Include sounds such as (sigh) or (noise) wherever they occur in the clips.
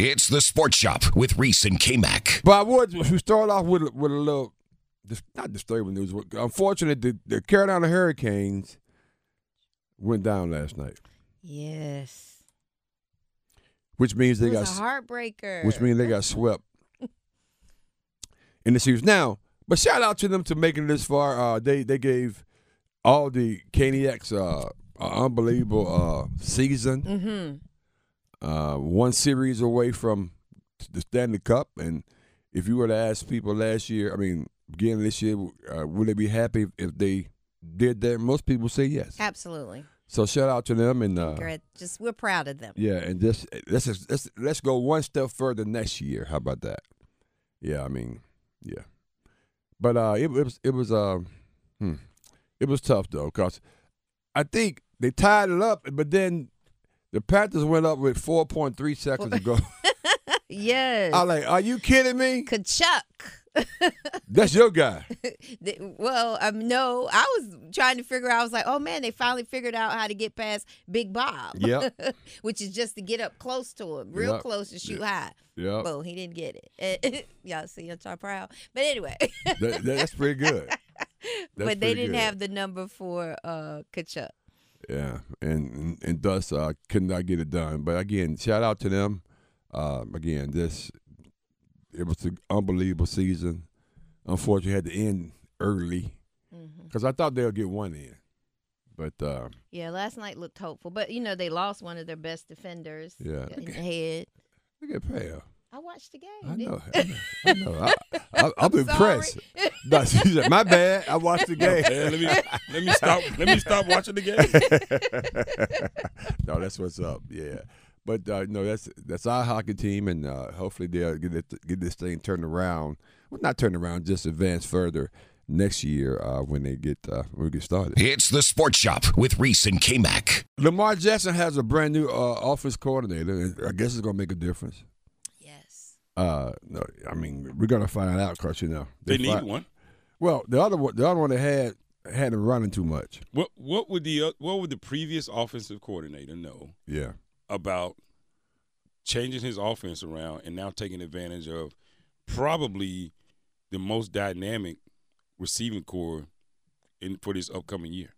It's the Sports Shop with Reese and K Mac. But I would we start off with a- with a little, dis- not disturbing news. but Unfortunate, the, the Carolina Hurricanes went down last night, Yes. which means they it got was s- a heartbreaker. which means they got swept in the series. Now, but shout out to them to making it this far. Uh, they they gave all the Caniacs uh, an unbelievable uh, season. Mm-hmm. uh, one series away from the Stanley Cup. And if you were to ask people last year, I mean, beginning of this year, uh, would they be happy if they did that? Most people say yes. Absolutely. So shout out to them and uh, Great. Just we're proud of them. yeah, and just let's just- let's let's go one step further next year. How about that? Yeah, I mean, yeah, but uh, it, it was it was uh, hmm, it was tough though, cause I think they tied it up, but then the Panthers went up with four point three seconds to go. Yes. I like, are you kidding me? Kachuk. That's your guy. Th- well, um, no, I was trying to figure out. I was like, oh man, they finally figured out how to get past Big Bob. (laughs) Yep. Which is just to get up close to him, real Yep. close to shoot high. Yep. Boom, he didn't get it. (laughs) Y'all see, I'm so proud. But anyway, (laughs) That- that's pretty good. but they pretty didn't good. have the number for uh, Kachuk. Yeah, and and thus I could not get it done. But again, shout out to them. Um, again, this it was an unbelievable season. Unfortunately, had to end early Mm-hmm. because I thought they'll get one in, but uh, Yeah, last night looked hopeful, but you know they lost one of their best defenders. Yeah. in the head. look at Pam. I watched the game. I didn't- know. I know. I know. I, (laughs) I, I'm I'm impressed. No, she said, my bad. I watched (laughs) the game. Hey, let me let me stop let me stop watching the game. no, that's what's up. Yeah, but uh, no, that's that's our hockey team, and uh, hopefully they'll get it, get this thing turned around. Well, not turned around, just advance further next year uh, when they get uh, when we get started. (laughs) It's the Sports Shop with Reese and K Mac. Lamar Jackson has a brand new uh, office coordinator, and I guess it's gonna make a difference. Yes. Uh, no, I mean we're gonna find out, cause you know They fi- need one. Well, the other one, the other one they had had him running too much. What what would the uh, what would the previous offensive coordinator know Yeah, about changing his offense around and now taking advantage of probably the most dynamic receiving core in for this upcoming year?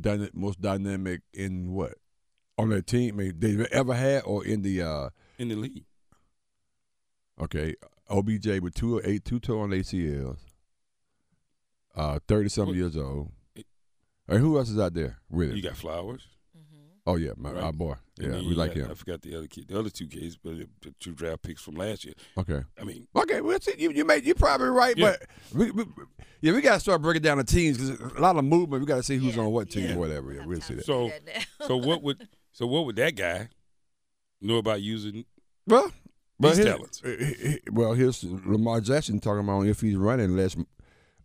Dyna- most dynamic in what on their team I mean, they ever had, or in the uh, in the league. Okay, OBJ with two eight two torn ACLs, uh, thirty something What- years old. And who else is out there with him? You got Flowers. Mm-hmm. oh yeah, my, Right. our boy. And Yeah, then we you like got- him. I forgot the other kid, the other two kids, but the, the two draft picks from last year. Okay, I (laughs) mean, okay. Well, see, you you may you probably right, Yeah. but we, we, yeah, we got to start breaking down the teams because a lot of movement. We got to see who's Yeah, on what team, yeah. or whatever. Yeah, we'll see that. so (laughs) so what would so what would that guy know about using? Well, but These here- talents. eh, eh, eh, well, here's Lamar Jackson talking about if he's running less.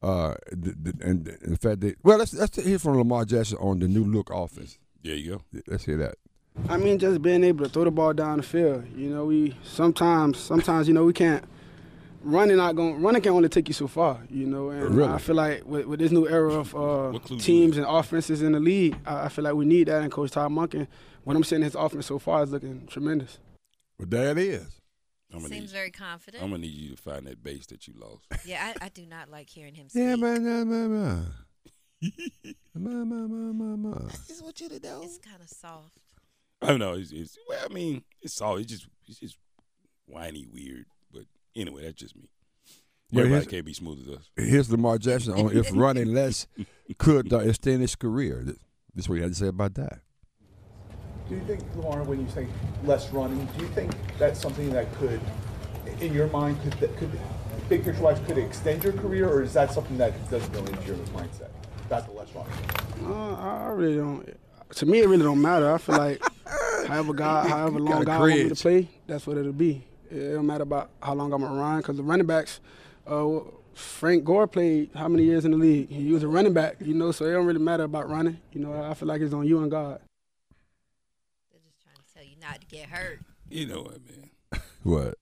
Uh, th- th- and th- in fact, that well, let's let's hear from Lamar Jackson on the new look offense. There you go. Let's hear that. I mean, just being able to throw the ball down the field. You know, we sometimes, sometimes, you know, we can't. Running not going. Running can only take you so far. You know, and Really? I feel like with, with this new era of uh, What clue do you teams and offenses in the league, I, I feel like we need that. And Coach Todd Munkin, what I'm seeing his offense so far is looking tremendous. Well, there it is. I'm gonna, Seems need, very I'm confident. gonna need you to find that base that you lost. yeah, I, I do not like hearing him speak. Yeah, man, man, man, man. Man, man, man, man, man. That's what you do. It's kind of soft. I don't know. It's, it's well, I mean, it's all. It's just it's just whiny, weird. But anyway, that's just me. Well, Everybody here's- can't be smooth as us. Here's Lamar Jackson on if running less could uh, extend his career. Th- This is what he had to say about that. Do you think, Lamar, when you say less running, do you think that's something that could, in your mind, could, that could big picture wise, could it extend your career, or is that something that doesn't go into your mindset? About the less running. Uh, I I really don't. To me, it really don't matter. I feel like however God, however long Gotta God wants me to cringe. play, that's what it'll be. It don't matter about how long I'm gonna run, because the running backs, uh, Frank Gore played how many years in the league? He was a running back, you know, so it don't really matter about running. You know, I feel like it's on you and God. They're just trying to tell you not to get hurt. You know what, man. What?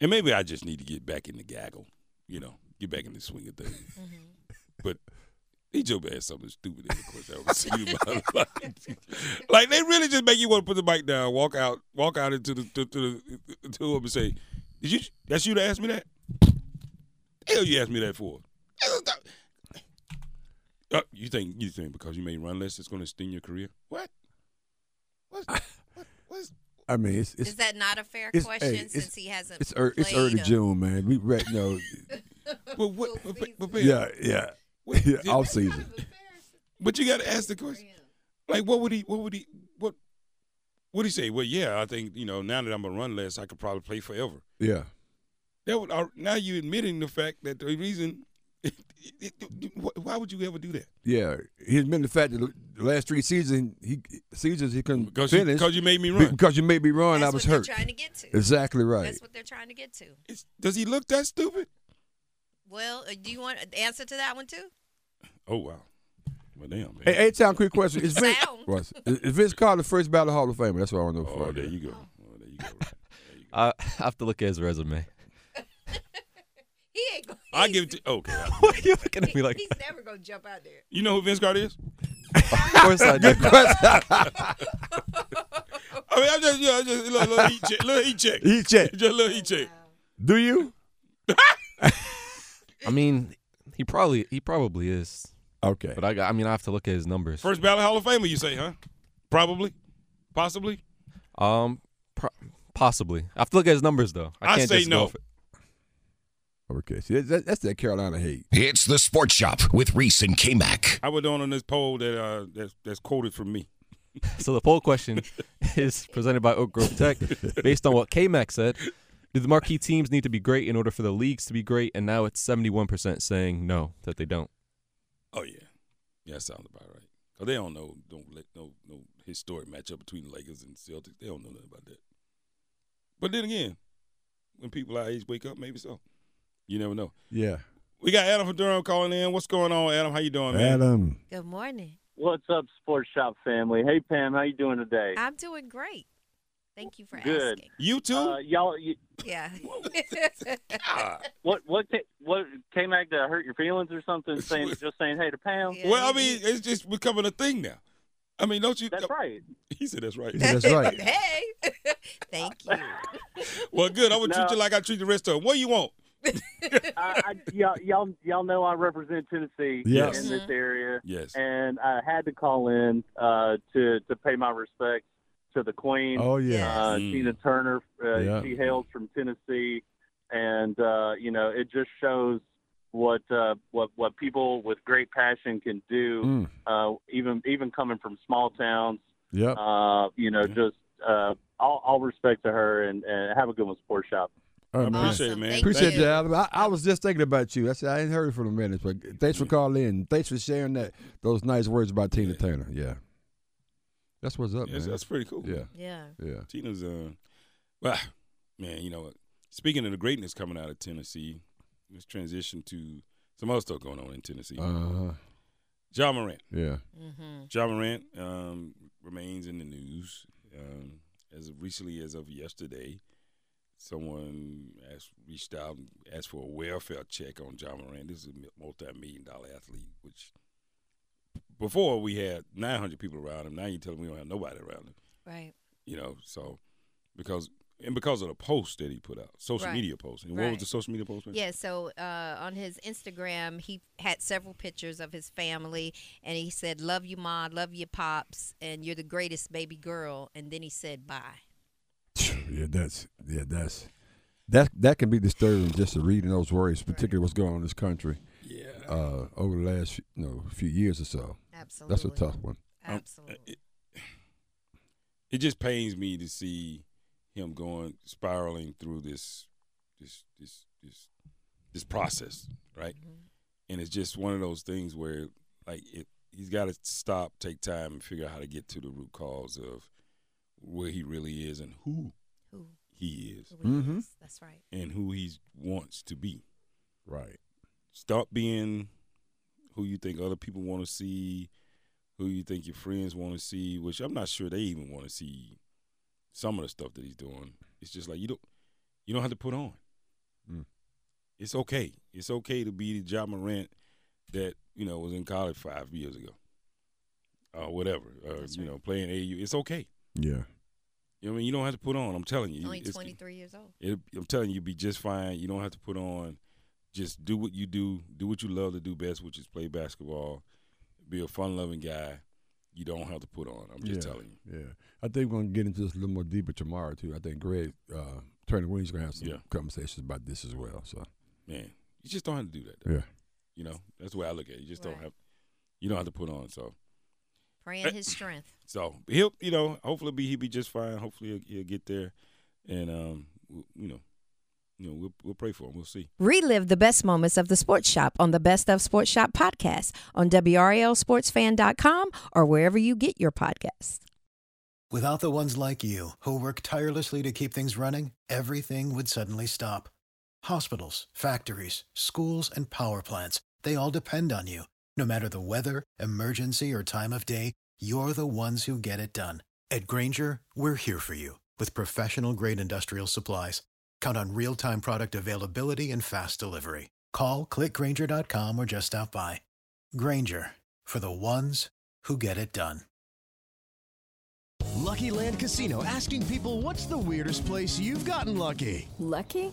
And maybe I just need to get back in the gaggle, you know, get back in the swing of things. But they joke had something stupid in the course I ever (laughs) seen in my life. (laughs) like they really just make you want to put the mic down, walk out, walk out into the to, to the to them and say, "Did you? That's you that asked me that? Hell, you asked me that for? (laughs) Uh, you think you think because you may run less, it's going to sting your career? What? What's, what? What's I mean, it's it's Is that not a fair it's- question hey, it's- since he hasn't? it's, ear it's played early a- June, man. We right (laughs) no, but what? But, but, but, Ben, yeah, yeah, what- yeah. Off season. But you got to ask the question. Like, what would he? What would he? What? What would he say? Well, yeah, I think you know. Now that I'm gonna run less, I could probably play forever. Yeah, That would, uh, now you're admitting the fact that the reason. (laughs) wh- why would you ever do that? yeah. He's been the fact that the last three seasons he seasons he couldn't Because you, finish because you made me be- run. because you made me run. That's I was what hurt. They're trying to get to. Exactly right. That's what they're trying to get to. It's- does he look that stupid? Well, uh, do you want an answer to that one too? Oh wow. Well, damn. Man. Hey, A Town, quick question: Is Vince, Sound. Russ, is is Vince Carter first ballot Hall of Famer? That's what I want to know. oh, first. there you go. Oh, there you go. There you go. I, (laughs) I have to look at his resume. He (laughs) ain't going. (laughs) I give it to. Okay. (laughs) Why are you looking at me like (laughs) He's that? never gonna jump out there. You know who Vince Carter is? Of course I do. I mean, I'm just, you know, I'm just little, little heat check. Little heat check. He checked. (laughs) Just little heat check. (laughs) Do you? I mean, he probably he probably is. Okay. But I got, I mean, I have to look at his numbers. First ballot Hall of Famer, you say, huh? Probably, possibly. um, pro- possibly. I have to look at his numbers though. I, I can't say just no. Go off it. (laughs) Okay. See, that, that's that Carolina hate. It's the Sports Shop with Reese and K Mac. I was on on this poll that uh that's, that's quoted from me. So the poll question (laughs) is presented by Oak Grove (laughs) Tech, based on what K Mac said. Do the marquee teams need to be great in order for the leagues to be great? And now it's seventy-one percent saying no that they don't. Oh yeah, yeah, that sounds about right. Cause they don't know don't let no no historic matchup between the Lakers and Celtics. They don't know nothing about that. But then again, when people our age wake up, maybe so. You never know. Yeah. We got Adam from Durham calling in. What's going on, Adam? How you doing, man? Oh, Adam. Good morning. What's up, Sports Shop family? Hey, Pam, how you doing today? I'm doing great. Thank you for Good. asking. You too? Uh, y'all, you, Yeah. God. what what ca- what came back to hurt your feelings or something? Saying just saying hey to Pam. Yeah, well, he- I mean, it's just becoming a thing now. I mean, don't you? That's right. (laughs) He said that's right. Yeah, that's right. (laughs) hey. Thank you. well, good. I'm gonna treat No. you like I treat the rest of them. What do you want? I, I, y'all, y'all y'all know I represent Tennessee Yes. in this area, Yes. and I had to call in uh, to to pay my respects to the Queen. Oh yeah. uh, Mm. Tina Turner. Uh, Yeah. She hails from Tennessee, and uh, you know it just shows what uh, what what people with great passion can do. Mm. Uh, even even coming from small towns, Yep. uh, you know, just uh, all, all respect to her, and, and have a good one, Sports Shop. Oh, man. appreciate it, man. Thank Appreciate you. that, Adam. I, I was just thinking about you. I said I ain't heard from a minute, but thanks for calling in. Thanks for sharing that those nice words about Tina Turner. Yeah. That's what's up, Yes, man. that's pretty cool. yeah. Yeah. Yeah. Tina's uh well, (sighs) man, you know, speaking of the greatness coming out of Tennessee, let's transition to some other stuff going on in Tennessee. Uh huh. John Morant. Yeah. Mm-hmm. John Morant um, remains in the news. Um, as of recently as of yesterday, someone asked, reached out and asked for a welfare check on John Morant. This is a multi-million dollar athlete, which before we had 900 people around him. Now you tell him we don't have nobody around him. Right. you know so because and because of the post that he put out social Right. media post and what was Right. the social media Mm. post man? Yeah. So uh, on his Instagram, he had several pictures of his family, and he said, "Love you, ma. Love you, pops. And you're the greatest baby girl." And then he said, "Bye." Yeah, that's yeah, that's that that can be disturbing just to reading those words, particularly what's going on in this country yeah uh, over the last you know few years or so. Absolutely. That's a tough one. Um, Absolutely. it, it just pains me to see him going spiraling through this this this this this process right Mm-hmm. and it's just one of those things where like it he's got to stop take time and figure out how to get to the root cause of where he really is and who Who, he is who he Mhm. is. That's right. and who he wants to be. Right. Stop being who you think other people want to see, who you think your friends want to see, which I'm not sure they even want to see some of the stuff that he's doing. It's just like you don't you don't have to put on. Mm. It's okay. It's okay to be the job Morant that, you know, was in college five years ago. Or whatever. Or, That's you right. know, playing AU. It's okay. Yeah. You know what I mean? You don't have to put on. I'm telling you. Only It's- 23 years old. it, I'm telling you, be just fine. You don't have to put on. Just do what you do. Do what you love to do best, which is play basketball. Be a fun-loving guy. You don't have to put on. I'm just yeah. telling you. Yeah. I think we're gonna get into this a little more deeper tomorrow too. I think Greg uh, Turner Williams gonna have some Yeah. conversations about this as well. So Man, you just don't have to do that. Though. yeah. You know, that's the way I look at it. You just don't Right. have. You don't have to put on. So, Praying his strength. so he'll. You know, hopefully be he'll be just fine. Hopefully he'll, he'll get there, and um, we'll, you know, you know, we'll we'll pray for him. We'll see. Relive the best moments of the Sports Shop on the Best of Sports Shop podcast on WRLSportsFan.com or wherever you get your podcasts. Without the ones like you, who work tirelessly to keep things running, everything would suddenly stop. Hospitals, factories, schools, and power plants, they all depend on you. No matter the weather, emergency, or time of day, you're the ones who get it done. At Granger, we're here for you with professional grade industrial supplies. Count on real time product availability and fast delivery. Call clickgranger.com or just stop by. Granger for the ones who get it done. Lucky Land Casino asking people what's the weirdest place you've gotten lucky? Lucky?